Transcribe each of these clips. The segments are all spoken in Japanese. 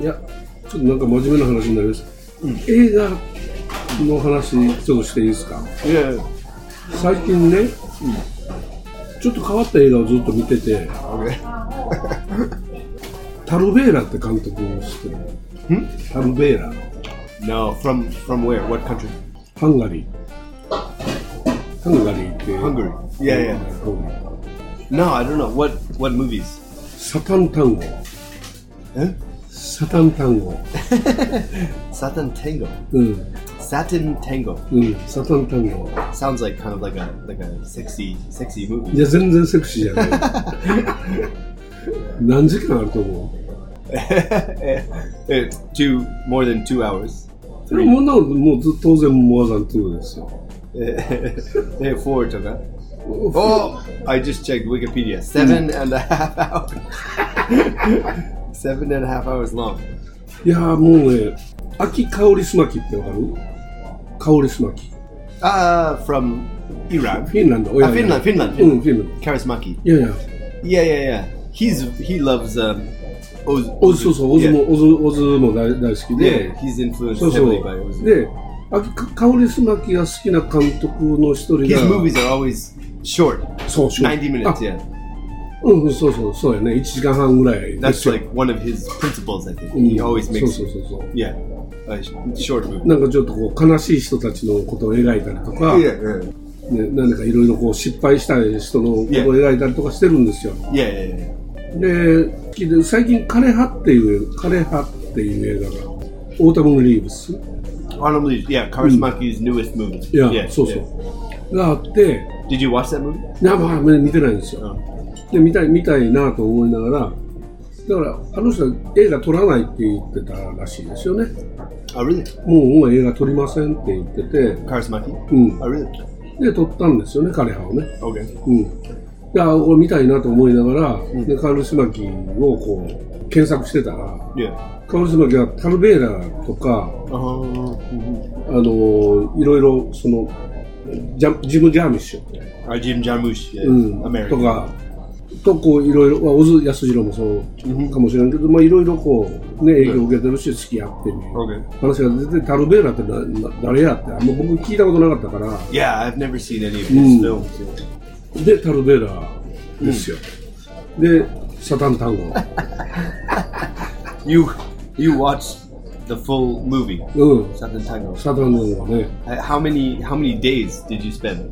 いや、ちょっとなんか真面目な話になります。映画の話、ちょっとしていいですかいやいや最近ね、ちょっと変わった映画をずっと見てて、 タルベーラって監督をしてる。 Hmm? タルベーラ、 No, from from where? What country? ハンガリー。ハンガリーって、 Hungary. Yeah, yeah. うん No, I don't know. What what movies? サタン単語。 Eh? サタン単語。 Satin Tango. うん、 Satin Tango. うん、サタン単語。 Sounds like kind of like a like a sexy sexy い movie. や、全然セクシーじゃない。何時間あると思う Eh, two more than two hours. それもなもうず当然モアザン2ですよ。 Eh, eh, Four took huh? Oh, I just checked Wikipedia. Seven and a half hours. Seven and a half hours long. いやーもうね、秋香りすまきってわかる香りすまき。フ Ah, from Iran. ィンランド、おあフィンランドフィンランドうん、フィンラン Karismaki. ド。いやいや、 Yeah, yeah, yeah. He's he loves um, Oh, Oz. オズ、そうそう、オズ yeah. も、オズ、オズも大大好き Yeah, で、 he's influenced そうそ heavily by う。 Oz. で、秋香りすまきが好きな監督の一人 His が、 movies are always short, そう、そう90 minutes. あ Yeah, うんうん、そうそう、そうやね。1時間半ぐらいで that's すよ。 like one of his principles. I think うん he always そうそ makes うそうそう。 yeah a sh- short movie. なんかちょっとこう悲しい人たちのことを描いたりとか、ね、 Yeah, yeah, 何かいろいろこう失敗した人のことを描いたりとかしてるんですよ。 yeah, yeah, yeah. で、好きで最近枯葉っていう、枯葉っていう映画が、オータムリーブス Arnold Lee, yeah, Karasmaki's newest movie. いや、Mm. yeah, そうそう。があって、 yeah. Did you watch that movie? いや、まあ、見てないんですよ。で、見たい、見たいなと思いながら、だから、あの人は映画撮らないって言ってたらしいですよね。 Oh, really? もう、もう映画撮りませんって言ってて、 Karasmaki? うん。 Oh, really? で、撮ったんですよね、枯葉をね。 Okay. うん、であこれ見たいなと思いながら、でカール・スマキをこう検索してたら Yeah. カール・スマキはタルベーラーとか、 Oh, あのーいろいろそのジャジム・ジャーミッシュ、 uh, Jim Jarmusch, yeah, うん、と American. かとこういろいろまあ小津安二郎もそうかもしれんけど、まあ、いろいろこう、ね、影響を受けてるし好きやっていう Okay. 話が出てタルベーラーってなな誰やってあんま僕聞いたことなかったから。 Yeah, I've never seen any of his Mm. films. yeah. で、タルベーラーですよ。で、サタン単語。 You you watched the full movie. うん。 Something Tango. サタン単語はね、 Uh, How many how many days did you spend?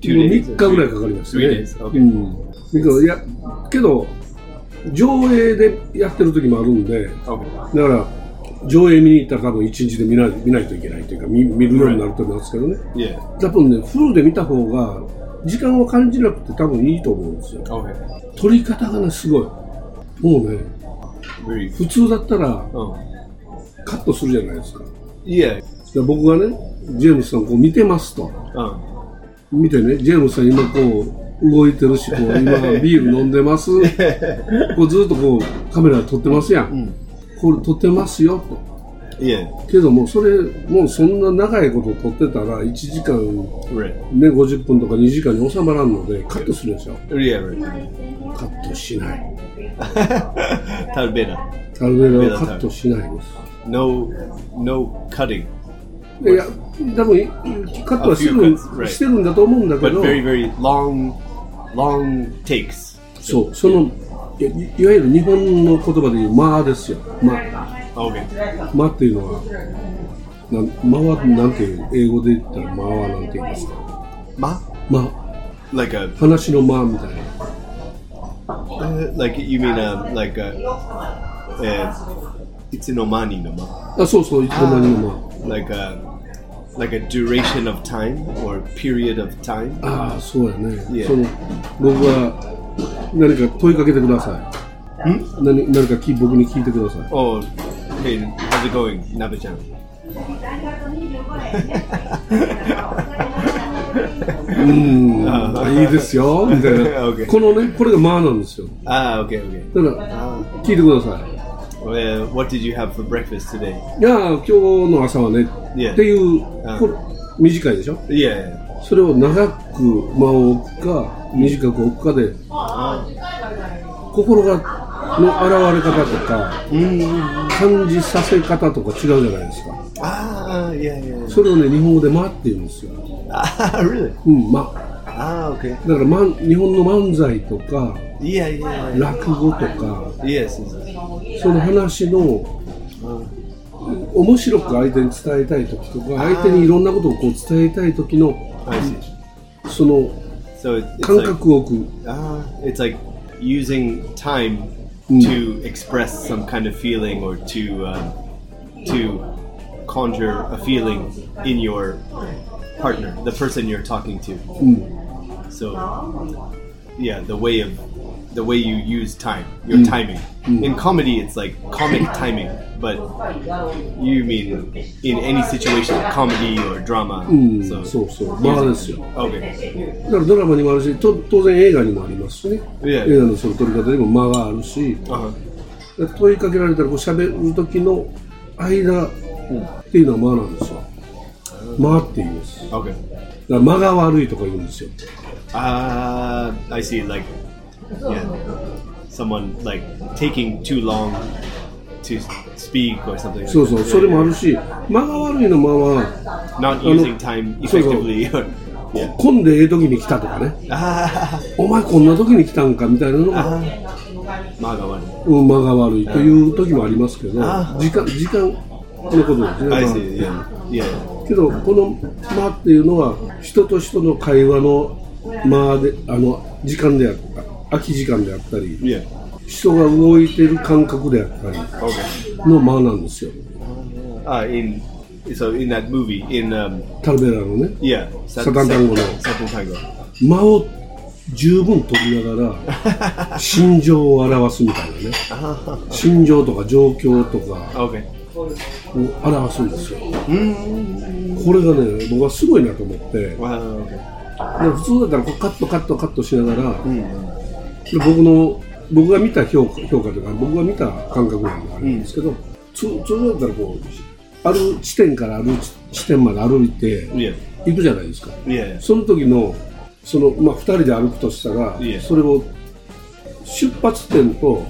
3日 days? ぐらいかかりますよ Three ね days.。う Okay. ん。だけど、いや、けど、上映でやってる時もあるんで、 Okay. だから、上映見に行ったら多分1日で見ない見ないといけないというか、見見るようになると思いますけどね。 Yeah. 多分ね、フルで見た方が、時間を感じなくて多分いいと思うんですよ。 Okay. 撮り方がね、すごい。もうね、 Very. 普通だったら Oh. カットするじゃないですか。 Yeah. で僕がね、ジェームスさんこう見てますと。 Oh. 見てね、ジェームスさん今こう動いてるし、こう 今ビール飲んでます。こうずっとこうカメラで撮ってますやん。これ撮ってますよと。hmm, Yeah. けどもそれ、もうそんな長いこと撮ってたら1時間 Right. ね、50分とか2時間に収まらんのでカットするんですよ。 Yeah. Right. カットしない。 Talbena. タルベラはカットしないです。 No. No cutting, いや、多分カットはして A few る cuts, right. してるんだと思うんだけ but ど、 very very long, long takes. そう、そのいいいわゆる日本の言葉で言う間ですよ。間 Okay. 間っていうのは、なん間はなんていう、英語で言ったら間はなんて言いますか。 Ma. 間、 Like a 話の間みたいな。 uh, like you mean um like a. Uh, it's in Omani, no ma. あ、そうそう、いつの間にも like a like a duration of time or period of time. 間。ああ、そうやね。 Yeah. その僕は何か問いかけてください。何何かき僕に聞いてください。 Oh, hey, how's it going, Nabe-chan? うーん、いいですよ、みた いな。 Okay. このね、これが間なんですよ。 Ah, okay, okay. だから、聞いてください。 Well, what did you have for breakfast today? いやー今日の朝はね、 Yeah. っていう、んこれ短いでしょ Yeah. それを長く間を置くか短く置くかで Ah, 心がの現れ方とか、感じさせ方とか違うじゃないですか。 Ah, yeah, yeah. それをね、日本語で間って言うんですよ。 Ah, really? うん、間。 Ah, okay. だから、まん、日本の漫才とか、 Yeah, yeah, 落語とか、 yeah. Yes, yes. その話の Ah, 面白く相手に伝えたい時とか相手にいろんなことをこう伝えたい時の I see. その So it, it's 感 like 覚を置く ah, it's like using time to express some kind of feeling or to um, to conjure a feeling in your partner, the person you're talking to. So, yeah, the way of the way you use time, your timing. In comedy, it's like comic timing, but you mean in any situation, comedy or drama. うんそ So, うそう間ですよ okay, だからドラマにもあるしと当然映画にもありますしねいや映画のその撮り方にも間があるし uh-huh. 問いかけられたらこう喋る時の間っていうのは間なんですよ間って言うんですだか okay. ら間が悪いとか言うんですよ Uh, I see. Like, yeah, someone like taking too long to speak or something. Like そうそう that. それもあるし間が悪いの間は Not using time effectively. or- yeah. 混んでええ時に来たとかね Ah, お前こんな時に来たんかみたいなのが Magawan. うん間が悪いという時もありますけどあ時間時間のことですね、ま I あ see. Yeah, yeah. けどこの間っていうのは人と人の会話の間であの時間であった空き時間であったり Yeah. 人が動いてる間隔であったり Okay. の間なんですよ Uh, in so in that movie in um タルベラのね yeah Sat- Satan Sat- Tango no. Satan Tango. 間を十分取りながら心情を表すみたいなね Ah, 心情とか状況とか okay. を表すんですよ Mm. これがね僕はすごいなと思って。 Wow. Okay. で普通だったらこうカットカットカットしながら、 Mm. で僕の僕が見た評価評価というか僕が見た感覚なんであれなんですけど、つ通常だったらこうある地点からある地点まで歩いて Yeah. 行くじゃないですか Yeah. その時のその、まあ、2人で歩くとしたら、いえそれを出発点と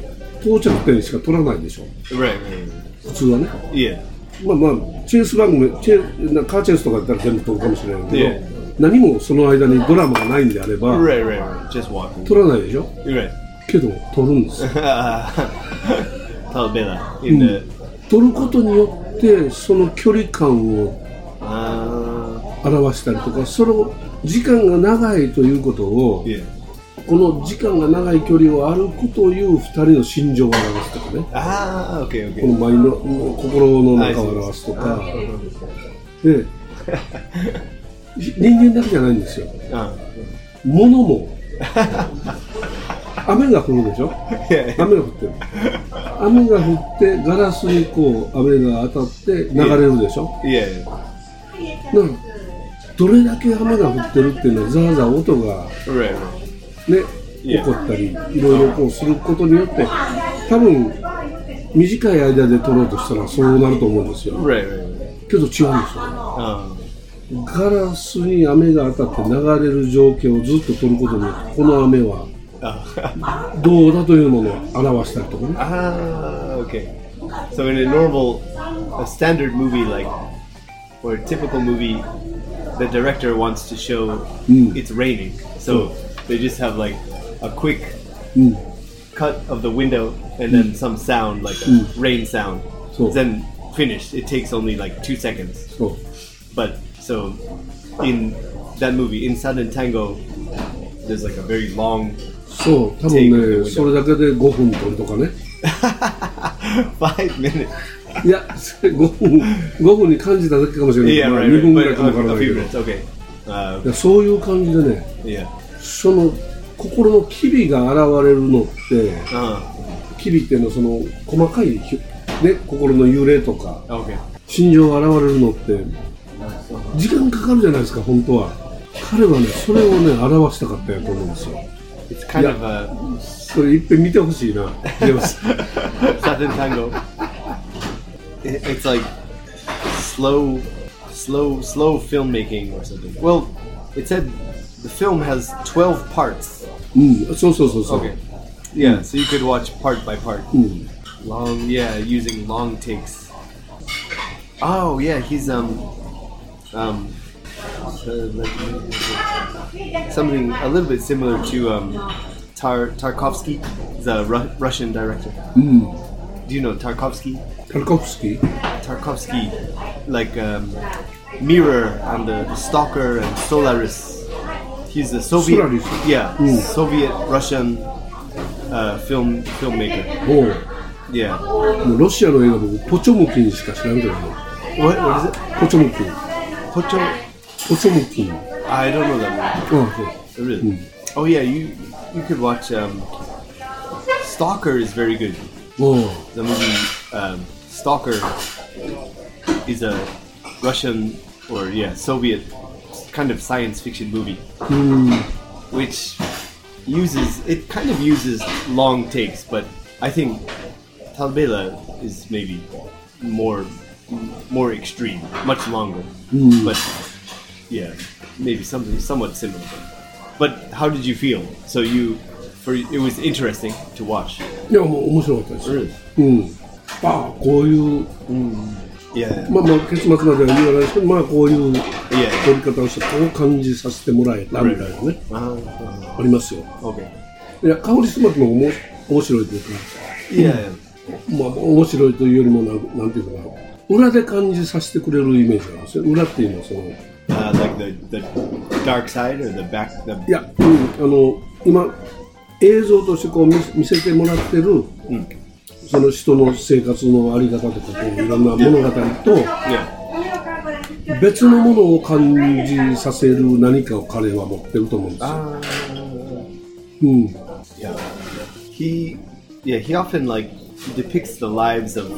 到着点しか取らないでしょ Right. right, right. 普通はね Yeah. まあまあチェイス番組チェイなカーチェイスとかだったら全部取るかもしれないけど、いえ何もその間にドラマがないんであれば、 Right, right, right. Just walking. 取らないでしょ Right. けど取るんですよ Talbela in the. 取ることによってその距離感を Uh, 表したりとかその時間が長いということを yeah. この時間が長い距離を歩くという2人の心情を表すとかね Ah, okay, この okay. マインドの心の中を表すとかで人間だけじゃないんですよ Uh, 物も雨が降るでしょ yeah. 雨が降ってる雨が降ってガラスにこう雨が当たって流れるでしょ Yeah. なんかどれだけ雨が降ってるっていうのはザーザー音が Right, right. ねいえ起こったりいろいろこうすることによって多分短い間で撮ろうとしたらそうなると思うんですよ Right, right, right. けど違うんですよね Um, ガラスに雨が当たって流れる情景をずっと撮ることによってこの雨は uh, どうだというものを表したりとかね ah, okay. So in a normal, a standard movie like, or a typical movie, the director wants to show Mm. it's raining. So they just have like a quick うん、 cut of the window and then some sound like a rain sound. So- Then finished. It takes only like two seconds. そう But so in that movie, in Sudden Tango, there's like a very long そう多 Take the 分 window. ねそれだけで5分撮るとかね five minutes. いや5分5分に感じただけかもしれない Yeah, けど、まあ right. 2 right. 分ぐらい But かもわから a, な a いけ few ど minutes. Okay. Uh, いやそういう感じでね yeah. その心の機微が現れるのって、 Uh, 機微っていうのはその細かいひ、ね、心の揺れとか、 okay. 心情が現れるのって、時間かかるじゃないですか、本当は。彼はね、それをね、表したかったやと思うんですよ。 It's kind Yeah. of a それ、いっぺん見てほしいな、ジェームス Sudden Tango. It- It's like slow, slow, slow filmmaking or something. Well, it said the film has 12 parts. うん、そうそうそうそう。 Okay. Yeah, so you could watch part by part. うん。 Long, yeah, using long takes. Oh yeah, he's um, um, uh, like- something a little bit similar to um, Tar- Tarkovsky, the Ru- Russian director. うん。 Do you know Tarkovsky? タルコフスキー Tarkovsky, like um, Mirror and the Stalker and Solaris. He's a Soviet, Solaris. yeah, Soviet Russian uh, film filmmaker. も Yeah, う、もうロシアの映画僕、ポチョムキンしか知らんけどね。 what what is it? ポチョムキン。 Pocho? ポチョムキン。 I don't know that うん、 movie. Really? Oh yeah, you you could watch. Um, Stalker is very good. そう。うん。 The movie um, Stalker is a Russian or yeah Soviet kind of science fiction movie. うん。 which uses it kind of uses long takes, but I think Talbela is maybe more more extreme, much longer. But yeah, maybe something somewhat similar. But how did you feel? So you for it was interesting to watch. いや、もう面白かったです。うん。まあ、こういう、 Yeah. まあまあ、結末までは言わないですけど、まあ、こういういや撮り方をして、こう感じさせてもらえたみたいなね、 Ah, ありますよ。 okay. いや、香りすまきもおも面白いというか、 Yeah. まあ、面白いというよりもなん、なんていうのかな、裏で感じさせてくれるイメージなんですよ。裏っていうのは、その、い Uh, like the, the dark side or the back the や、うん、あの、今、映像としてこう見せ見せてもらってる、その人の生活のあり方とか、こういろんな物語と、 yeah. 別のものを感じさせる何かを彼は持ってると思うんですよ。 Ah. うん、 Yeah. He yeah, he often like depicts the lives of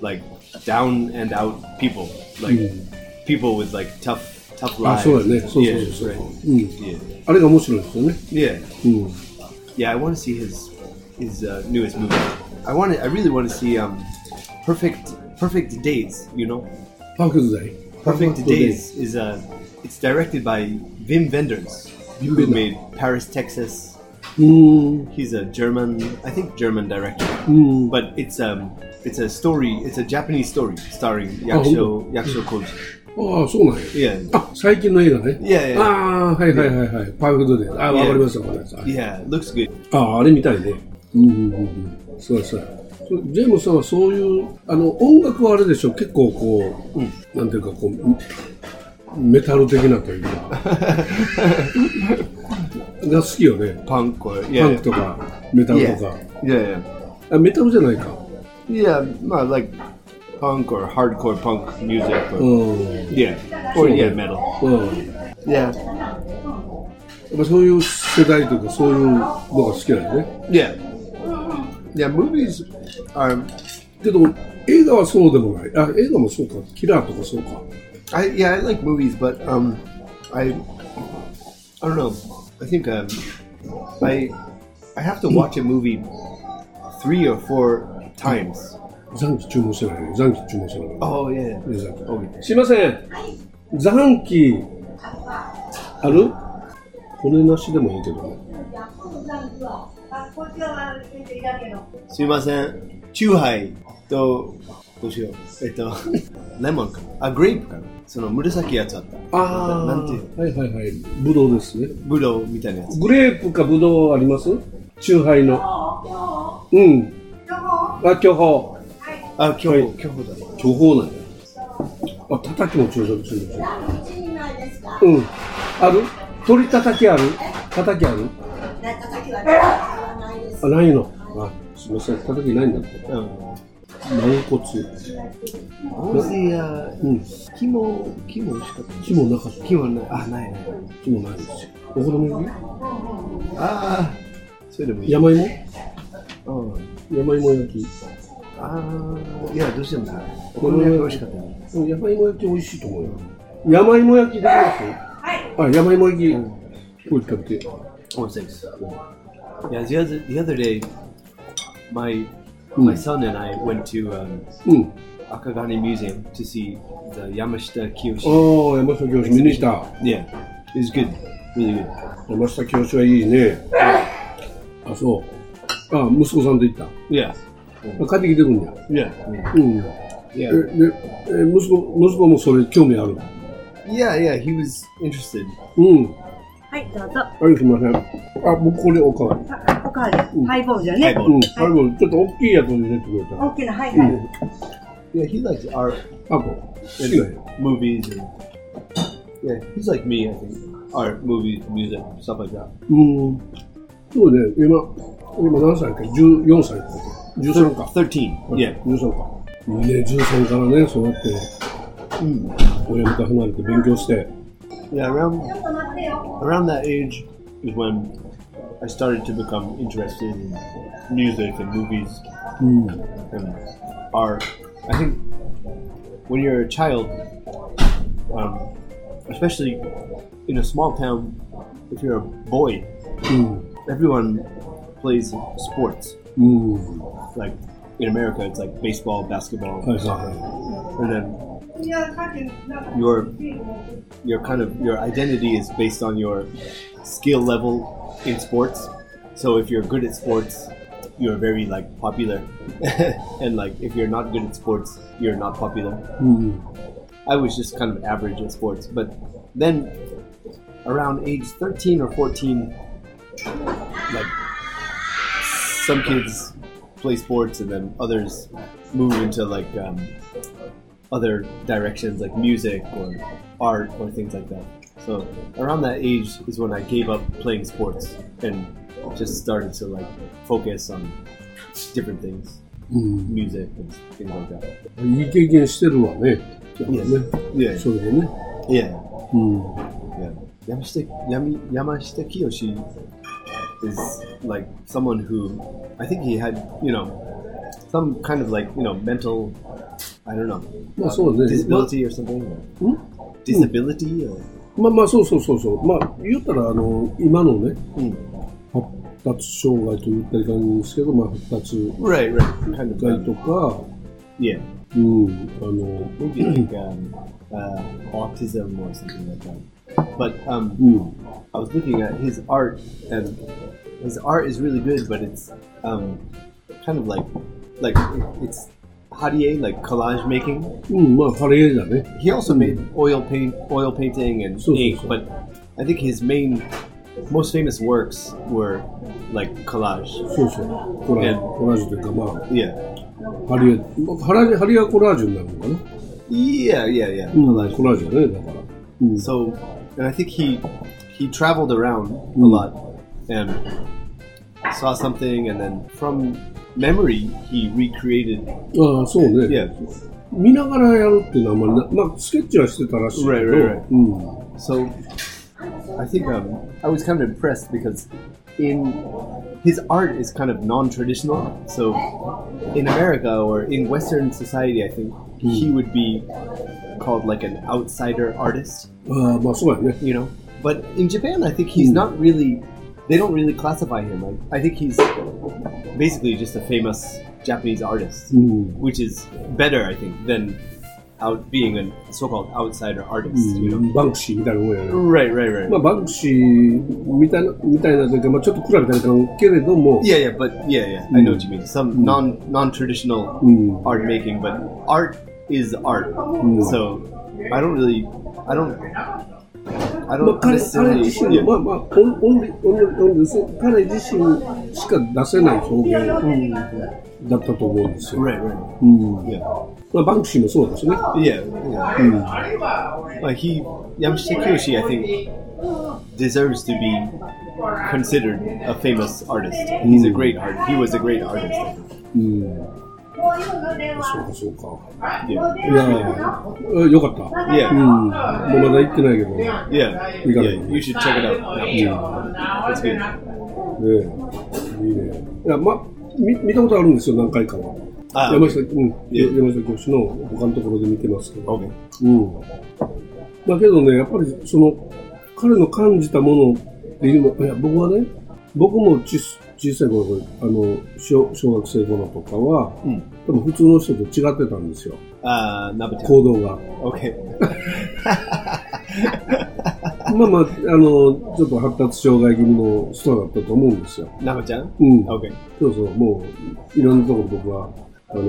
like down and out people. Like people with like tough tough あ lives. そうだね、そうそう Mm. Ah, yeah, そうそう、 right. うん。 Yeah. あれが面白いですよね。 Yeah. うん、 Yeah, I want to see his his uh, newest movie. I want to I really want to see um Perfect Perfect Days, you know. パーフェクトデイ。 Perfect Days is uh it's directed by Wim Wenders, who Wenders. made Paris, Texas. うん、 He's a German, I think German director. うん、 but it's um it's a story it's a Japanese story starring Oh, Yakusho Yakusho Koji. ああ、そうなんや。 Yeah. あ、最近の映画ね。いやいやああ、はいはいはいはい。パーフェクトデイ。ああ、わかりました、わかりました。 Yeah, looks good. ああ、あれみたいね。うんうんうんうん。そうだそうだ。そうジェームスさんはそういう、あの、音楽はあれでしょ、結構こう、なんていうか、こう、メタル的なという か、が好きよね。 Punk or パ yeah. ンクとか、メタル yeah. とか。 yeah. Yeah. あ、メタルじゃないか。 Yeah, well, like punk or hardcore punk music or, うん。 yeah. Or Hmm. Sure. yeah, metal. うん。 Yeah. やっぱそういう世代というか、そういうのが好きなんよね。 Yeah. Yeah, movies are けど、映画はそうでもない。あ、映画もそうか。キラーとかそうか。 I yeah, I like movies, but um I I don't know. I think um I I have to watch a movie three or four times 残機注文してないね。残機注文してないね。 Oh yeah. 皆さん Okay. すいません。残機、ある骨なしでもいいけどね。すいません。チューハイと、どうしよう。えっと、レモンか。あ、グレープかな。その紫いやつあった。あなんていうはいはいはい。ぶどうですね。ブドウみたいなやつ。グレープかぶどうありますチューハイの。うん。あ、巨峰。あ、巨峰、巨峰だ。巨峰なんや。あ、叩きも朝食するんですよ。何うん。ある鳥叩きある叩きあるあ、ないの。あ、すみません。叩きないんだって。軟骨。うん。あ、おいしいや。うん。肝、肝美味しかった。木もなかった。肝ない。あ、ない、ない。木もないんですよ。お好み焼きあー。それでもいい。山芋うん。山芋焼き。あー。いや、どうしてもな。お好み焼き美味しかったよ。うん山芋焼き美味しいと思うよ。山芋焼きできますはい。あ、山芋焼き。これ食べて。 Oh, thanks. Yeah, the other the other day, my Hmm. my son and I went to um, うん。 Akagane Museum to see the Yamashita あ Kiyoshi. あ、山下教師見に来た。 Yeah, it was good, really good. 山下教師はいいね。あ、そああ、息子さんと行った。 Yeah. 帰ってきてくんや。 Yeah. うん。え Yeah. でえ息子、息子もそれ興味ある。 Yeah, yeah, he was interested. うん。はい、どうぞ。はい、すみません。あ、僕これおかわり。あおかわりうん。ハイボールじゃハイねボ。ーうん。最後、ちょっと大きいやつに入れてくれた。大きな、はいはうい。ん。 Yeah, he likes art あ、こう。好きなん and や movies and yeah, he's like me, I think. Art, movies, music, stuff like that. うん。そうね、今、今何歳か ?14 歳か。13か。 Thirteen. Yeah. 13か。ね、13からね、そうやって、親元離れて勉強して。 Yeah, around around that age is when I started to become interested in music and movies うん。 and art. I think when you're a child, um, especially in a small town, if you're a boy, うん。 everyone plays sports. うん。 Like in America, it's like baseball, は basketball, いは and then your your kind of your identity is based on your skill level in sports. So if you're good at sports, you're very like popular, and like if you're not good at sports, you're not popular. いはい。うん。 I was just kind of average at sports. But then around age 13 or 14, like some kids play sports and then others move into like um, other directions like music or art or things like that. So around that age is when I gave up playing sports and just started to like focus on different things, うん。 music and things like that. いい経験してるわね。そうだね。 Yeah, そうだね。 yeah. うん。 Yeah. Yamashita, Yami, Yamashita Kiyoshi is like someone who I think he had, you know, some kind of like, you know, mental, I don't know, Well, so it is. disability or something. Hmm? Disability or. まあまあ、そうそうそうそう。まあ、言ったら、あの、今のね、 Mm. 発達障害と言ったらいかんですけど、まあ、発達 Right, right. Kind of. 害 um, とか、 yeah. うん、あの、 Maybe like um, uh, autism or something like that. But um, うん、 I was looking at his art, and his art is really good, but it's um, kind of like like it's harie like collage making. うん、まあ、カレーだね。 He also made oil paint, oil painting, and So, so, ink. so. But I think his main, most famous works were like collage. そうそう。コラええコラージュというか、ま Yeah, あ、ハリエ、まあ、ハラハリアコラージュになるのかな。 yeah, yeah, yeah. うん、コラージュだね、だから。うん、 So, and I think he he traveled around a Mm. lot and saw something, and then from memory he recreated. ああ、そうね。 Yeah. 見ながらやるっていうのはあんまりな、まあ、スケッチはしてたらしいけど、 Right, right, right. うん、 So I think um, I was kind of impressed because in his art is kind of non-traditional. So in America or in Western society, I think he would be called like an outsider artist, ああ、まあ、そうやね。 you know. But in Japan, I think he's not really. They don't really classify him. Like, I think he's basically just a famous Japanese artist, うん、 which is better, I think, than out being a so-called outsider artist. You う know. ん、バンクシーみたいなもんやね。 Right, right, right. まあ、バンクシーみたいな、みたいなというか、まあ、ちょっと比べたりかんけれども、 Yeah, yeah, but yeah, yeah, I know what you mean. Some non non traditional Mm. art making, but art is art. So I don't really, I don't, I まあ、 don't 彼彼 necessarily. 自身 Yeah, まあまあ、オンオンリオンリオンリそう彼自身しか出せない表現だったと思うんですよ。 right, right. うん Yeah, まあ、バンクシーもそうだしね。 yeah. yeah. Like he Yamashita Kiyoshi, I think, deserves to be considered a famous artist. He's a great art. He was a great artist. うん、そうかそうか。いやー、えよかった。 Yeah, うん、もうまだ行ってないけど、ね yeah, We yeah. gotta- You should check it out. Yeah. It's good. えいいね。いや、まあ、見見たことあるんですよ、何回かは。 Ah, 山 okay. 下、うん、いや山下教師の他のところで見てますけど。 okay. うん。だけどね、やっぱりその、彼の感じたものっていうの、いや、僕はね、僕も小す小さい頃、あの小、小学生頃とかは、うん多分普通の人と違ってたんですよ、 Uh, Nabata. 行動が。 Okay. ま まあまあ、あの、ちょっと発達障害気味の人だったと思うんですよ。 Nako-chan? うん。 Okay. そうそう、もう、いろんなところ僕は、あの、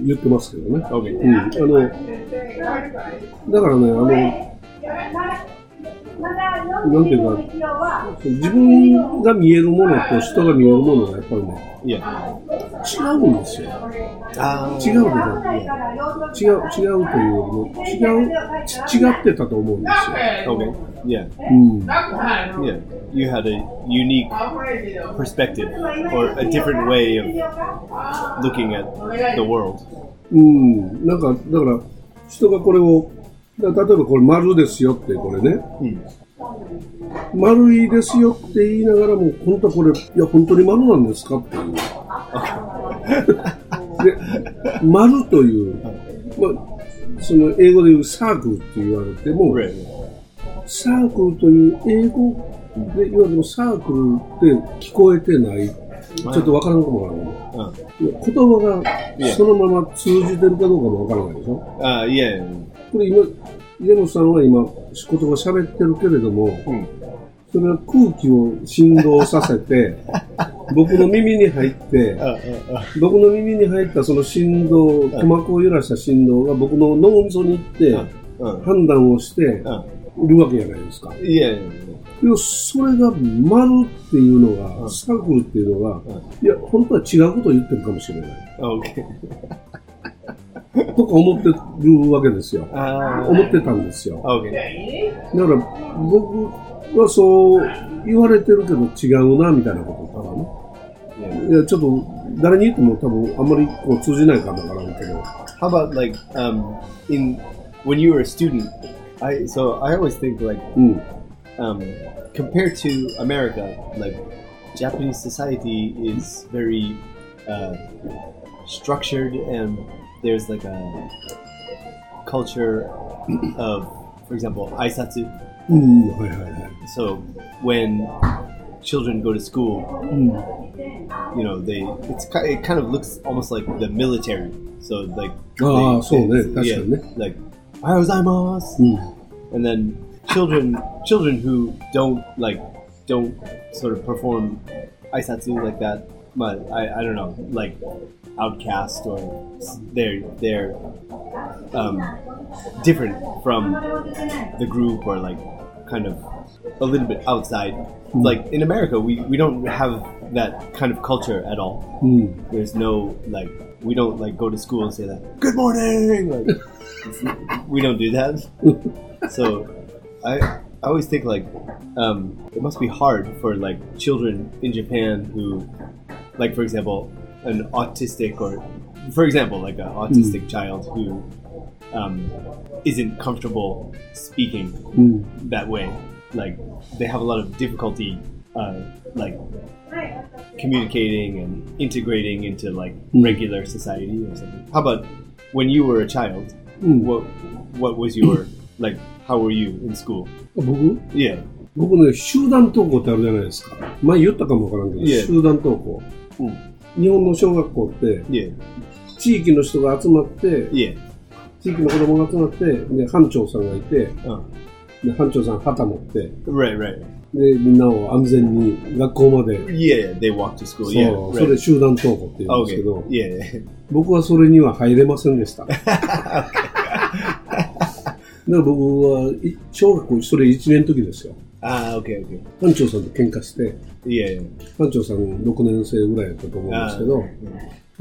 言ってますけどね。う Okay. ん。あの、だからね、あの、なんていうか、自分が見えるものと人が見えるものがやっぱりね、 Yeah. 違うんですよ。 Ah. 違うとだって、違う、違うというよりも、違う、ち違ってたと思うんですよ。 Okay. Yeah. うん。 Yeah. You had a unique perspective or a different way of looking at the world. うん、なんか、だから、人がこれを、だから例えばこれ丸ですよって、これね、うん丸いですよって言いながらも、本当これ、いや、本当に丸なんですかって いう。で、丸という、まあ、その英語で言うサークルって言われても、 Right. サークルという英語で言われてもサークルって聞こえてない。ちょっとわからんかもわからない。 Uh, 言葉がそのまま通じてるかどうかもわからないでしょ。 uh, yeah. これ今、家本さんは今、言葉喋ってるけれども、うんそれは空気を振動させ て、僕の耳に入って、 Uh, uh, uh. 僕の耳に入ったその振動、鼓膜を揺らした振動が僕の脳みそに行って、 Uh, 判断をしてい uh. るわけじゃないですか。 Yeah. でもそれが丸っていうのが、うんサークルっていうのが、うんいや、本当は違うことを言ってるかもしれない。 Okay. とか思ってるわけですよ。 Uh, 思ってたんですよ。 okay. だから僕はそう言われてるけど違うなみたいなことかな Yeah. いやちょっと誰に言っても多分あんまりこう通じないかもわからんけど How about like um, in when you were a student? I so I always think like うん um, compared to America, like Japanese society is very uh, structured, and there's like a culture of, for example, aisatsu. うんはいはいはい So when children go to school, うん you know, they it's ki- it kind of looks almost like the military. So like ああそうね they- 確か yeah, にね like "Ohayozaimasu." うん and then children children who don't like don't sort of perform aisatsu like that but I, I don't know like outcast or s- they're they're um, different from the group or like kind of a little bit outside like in America we, we don't have that kind of culture at all うん there's no like we don't like go to school and say like good morning like it's- we don't do that so i i always think like um, it must be hard for like children in japan who like for example an autistic or for example like an autistic child who um, isn't comfortable speaking うん that way like they have a lot of difficulty uh, like communicating and integrating into like Mm. regular society or something. How about when you were a child? うん、 What what was your like? How were you in school? 僕 Yeah. 僕ね集団登校ってあるじゃないですか前言ったかもわからんけど、いえ集団登校、うん日本の小学校って Yeah. 地域の人が集まって、 Yeah. 地域の子供が集まってで班長さんがいて Uh, で班長さん旗持って right. Right. で、みんなを安全に学校まで、 Yeah. They walked to そ school. う Yeah. そ Right. れ集団登校って言うんですけ Okay. ど、 Yeah. 僕はそれには入れませんで した。だから僕はい小学校それ1年の時ですよ。 Ah. Okay. Okay. 班長さんと喧嘩して、 Yeah. 班長さん6年生ぐらいだったと思うんで Ah, すけど、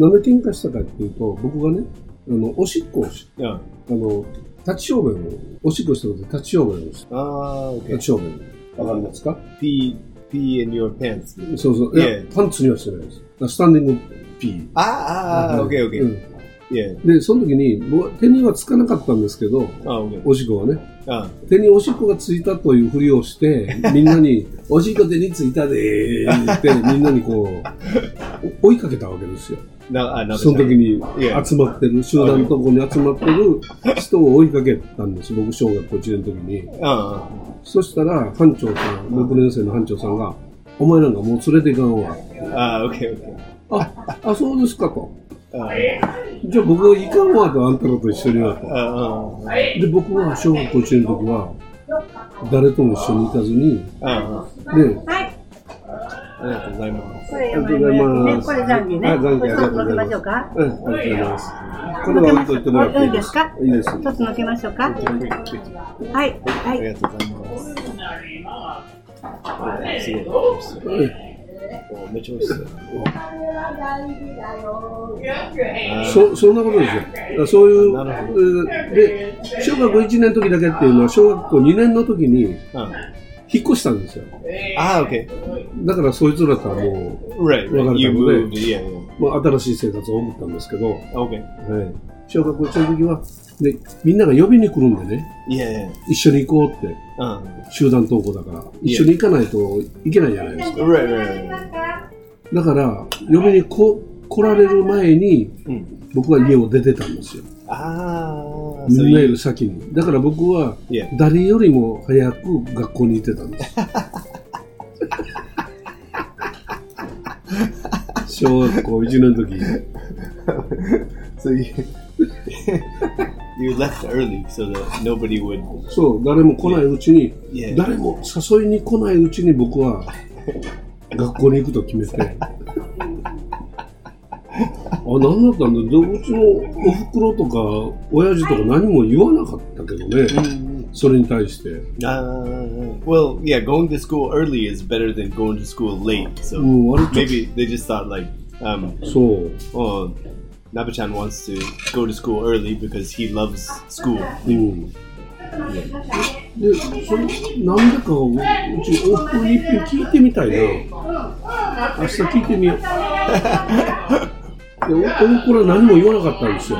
なんで喧嘩したかっていうと、僕がね、あの、おしっこをし、 yeah. あの、立ち小便を、おしっこしたことで立ち小便をし、 Ah. 立 Okay. ち小便。わかりますか Pee pee in your pants. そうそう。いやいえ、パンツにはしてないです。だからスタンディングピー。 Ah. ah, ah, Okay. う Okay. ん Yeah. で、その時に、僕は手にはつかなかったんですけど、 Oh. Okay. おしっこがね。 Ah. 手におしっこがついたというふりを して、みんなに、おしっこ手についたでーって、みんなにこ う、お追いかけたわけですよ。 No. ah, Another. その時 time. にいや集まってる、集団のとこに集まってる人を追いかけたんです、僕、小学校1年の時に。 Ah. そしたら、班長さん、6年生の班長さんが、お前なんかもう連れていかんわ。 Ah. Okay. Okay. あ、あ、そうですかと。 Ah. じゃあ僕はいかんわと、あんたらと一緒にはと。 Ah. ah, ah. で、僕は小学校1年の時は、誰とも一緒に行かずに、あで、はい。あ、ありがとうございます。これありがとうございます。これ残儀ね。はい、残こ儀あれりがちょとっうとごのけざいまましす。ょうか。うん、ありがとうございます。これは置いといてもらっていいですかいいです。ちょっとのけましょうか。はい。はあい。りがとうございます。すごい。すごいめっちゃ美味しそう。あーそそんなことですよ。だからそういう、なるえーで、小学校1年の時だけっていうのは、小学校2年の時にうん引っ越したんですよ。 Ah, okay. だからそいつらとはも Right, right. You moved. Yeah, yeah. う、まあ、新しい生活を送ったんですけど、はい、 Okay. 小学校1年の時は、で、みんなが呼びに来るんでね、 Yeah, yeah. 一緒に行こうって、 Uh, 集団登校だから、一緒に行かないといけないじゃないですか。 right, right, right. だから、呼びにこ来られる前に、 Mm. 僕は家を出てたんですよ。 Ah, み so んなよ you, り先に。だから僕は Yeah. 誰よりも早く学校に行ってたんです。小学校1年の時 so you, you left early so that nobody would. そう、誰も来ないうちに、 Yeah. 誰も誘いに来ないうちに僕は学校に行くと決めて。あ、何だったんだどうちのおふくろとか親父とか何も言わなかったけどね。 Mm. それに対して。 Uh, well, yeah, going to school early is better than going to school late. う So ん、割と maybe they just thought like, um, そう。 oh, Nabuchan wants to go to school early because he loves school. うん。で、それ、なんでかを、うち、往復に一遍聞いてみたいな。明日聞いてみよう。で、お、おふくろは何も言わなかったんですよ。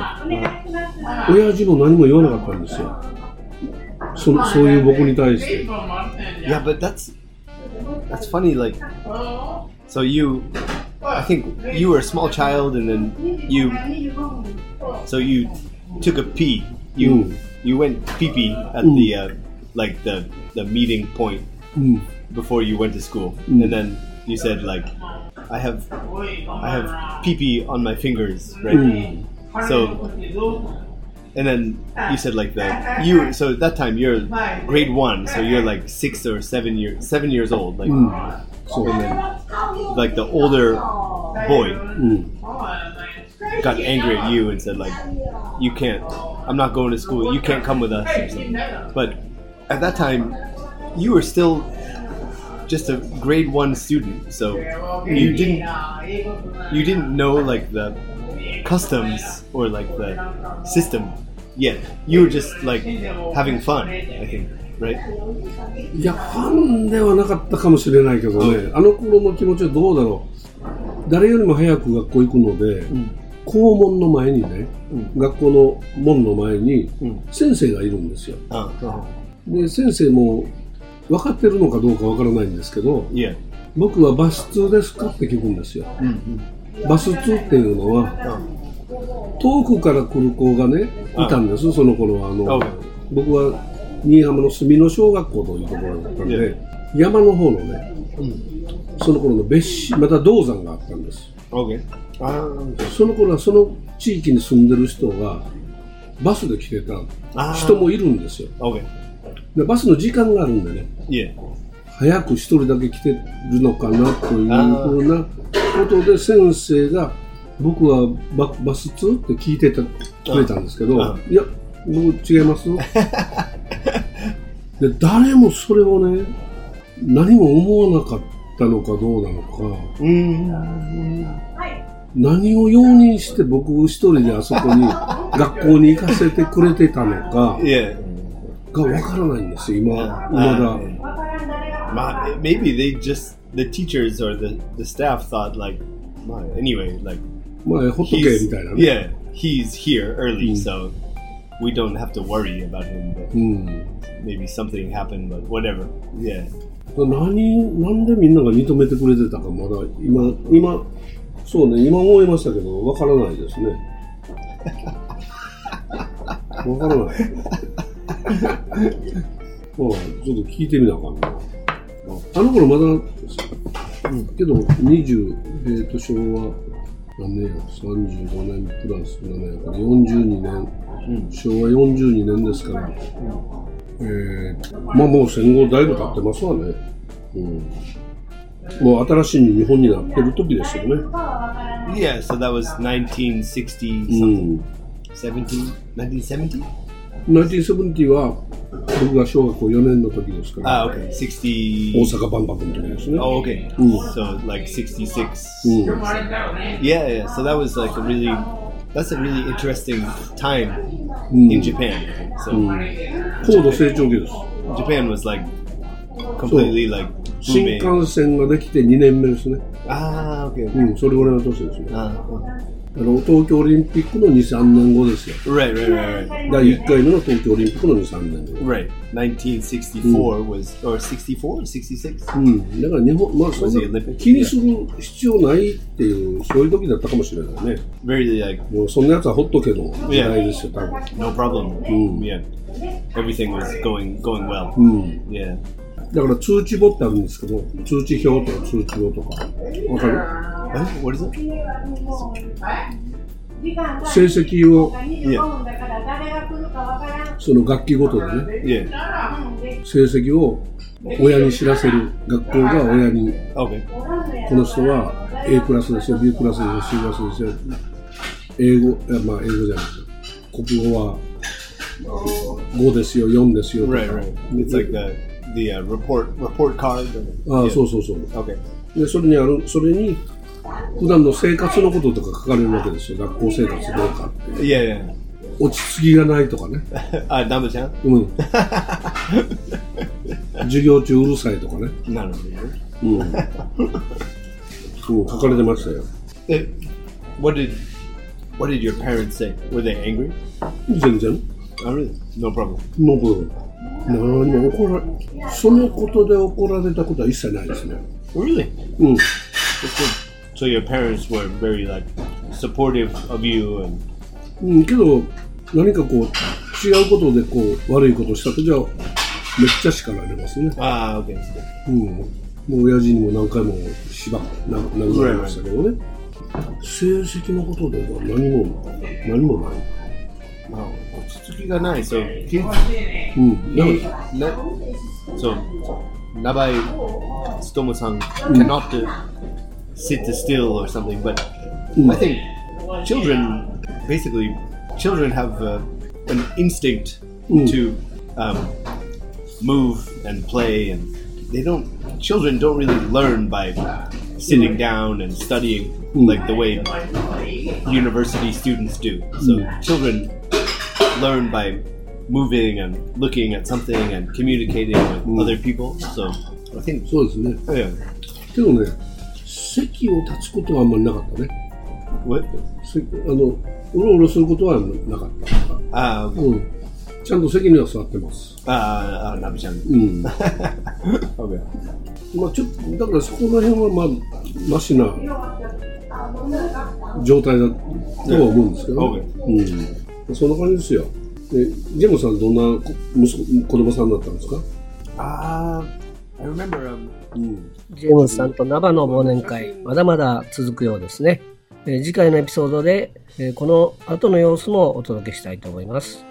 親父も何も言わなかったんですよ。その、そういう僕に対して。 Yeah, but that's that's funny. Like, so you, I think you were a small child, and then you, so you took a pee. You Mm. you went pee pee at Mm. the uh, like the the meeting point うん。 before you went to school, Mm. and then you said like, I have I have pee pee on my fingers, right? Mm. So. And then you said like the you so at that time you're grade one so you're like six or seven year seven years old like うん。そう。 and then like the older boy うん。 got angry at you and said like you can't i'm not going to school you can't come with us or something but at that time you were still just a grade one student so you didn't you didn't know like the customs or like the system yet you were just like having fun i think right いや、ファンではなかったかもしれないけどね、あの頃の気持ちはどうだろう。誰よりも早く学校行くので、校門の前にね、うん学校の門の前にうん先生がいるんですよ。 Uh, uh, で、先生も分かってるのかどうかわからないんですけど、 yeah Mm, 僕はバス通ですかって聞くんですよ。バス通っていうのは、 Oh, 遠くから来る子がね、いたんです、その頃は。あの、 okay. 僕は新居浜の住野小学校というところだったんで、山の方のね、Mm, その頃の別紙また銅山があったんです okay Ah, その頃はその地域に住んでる人がバスで来てたあー人もいるんですよ Ah, okay でバスの時間があるんでね yeah 早く一人だけ来てるのかなというあふうなことで先生が僕はババス通って聞いてたくれたんですけどあいや僕違いますで誰もそれをね何も思わなかったのかどうなのか Mm. 何を容認して僕一人であそ こに学校に行かせてくれてたのか Yeah. がわからないんですよ今 Uh, ま ma- maybe they just the teachers or the, the staff thought like, "Ma, anyway, like だまあほっとけみ he's たいなね yeah he's here early, so we don't have to worry about him. うん But maybe something happened, but whatever. Yeah. 何なんでみんなが認めてくれてたかまだ今今そうね今思いましたけどわからないですねわからないまあちょっと聞いてみなあかんなあの頃まだ、けど20えー、と昭和何年や35年プラス7やから42年、昭和42年ですから、えーまあもう戦後だいぶ経ってますわね。うん。もう新しい日本になってる時ですよね。 Yeah, so that was う1960 something. ん。 17? 1970? 1970は僕が小学校4年の時ですから、 Ah, okay. 60. 大阪万博の時ですね。 Oh, okay. Mm. So like 66. うん。 Yeah, yeah. So that was like a really, that's a really interesting time Mm. in Japan. So 高度成長期です。 Japan was like completely like 新 booming. 幹線ができて2年目ですね。 Ah, okay. う okay. ん、それぐらいの年ですね。 Ah, okay. あの、東京オリンピックの2、3年後ですよ。 right, right, right, right. 第1回目の東京オリンピックの2、3年後。 Right. 1964 was, or 64, 66? うん、だから日本、まあ、そん Was it な Olympic? 気にする必要ないっていう、そういう時だったかもしれないね。 Very like, もうそんなやつはほっとけの時代ですよ、多分。 no problem. Mm. Yeah. Everything was going, going well. うん。 Yeah. だから通知簿ってあるんですけど、通知表とか通知簿とか。わかる Huh? What is it? 成績を、いや。うその楽器ごとでね、 Yeah. 成績を親に知らせる。学校が親に Okay. この人は A Eh, クラスですよ、B クラスですよ、C クラスですよ。英語、いやまあ英語じゃないですよ。国語は5ですよ、4ですよとか。 Right, right. It's like the the uh, report report card. or- ああ、 yeah. そうそうそう。 Okay. で、それにある、それに、普段の生活のこととか書かれるわけですよ。学校生活どうかって。 Yeah, yeah. 落ち着きがないとかね。 Ah, Dama-chan? うん。授業中うるさいとかね。 No, no, no. うん。うん、書かれてましたよ。 Eh, What did what did your parents say? Were they angry? 全然。 Oh, really? No problem. の分何怒らそのことで怒られたことは一切ないですね Really? うん That's good. So your parents were very like supportive of you and うんけど何かこう違うことでこう悪いことした時はめっちゃ叱られますね ah okay. うんもう親父にも何回も縛な殴られましたけどね成績のことでは何も何もない Wow. Otsutsuki-ga-nai, So kids うんだから Na- so Nabai Stomo-san cannot uh, sit still or something, but I think children basically children have uh, an instinct to um, move and play, and they don't. Children don't really learn by sitting down and studying like the way university students do. So children learn by moving and looking at something and communicating with other people. So Mm. I think, そうですね yeah, けどね席を立つことはあんまりなかったね what? せあのうろうろすることはなかった Ah, うん、ちゃんと席には座ってます。 ah, ah, Nabe-chan. うん。ま Okay. あちょっと、だからそこら辺はまあ、マシな状態だとは思うんですけど、ね、うん。そんな感じですよ。で、ジェムさんどんなこ息子、子供さんだったんですか Ah, I remember. Um, うん。ジェームスさんと生の忘年会、まだまだ続くようですね。えー次回のエピソードで、えーこの後の様子もお届けしたいと思います。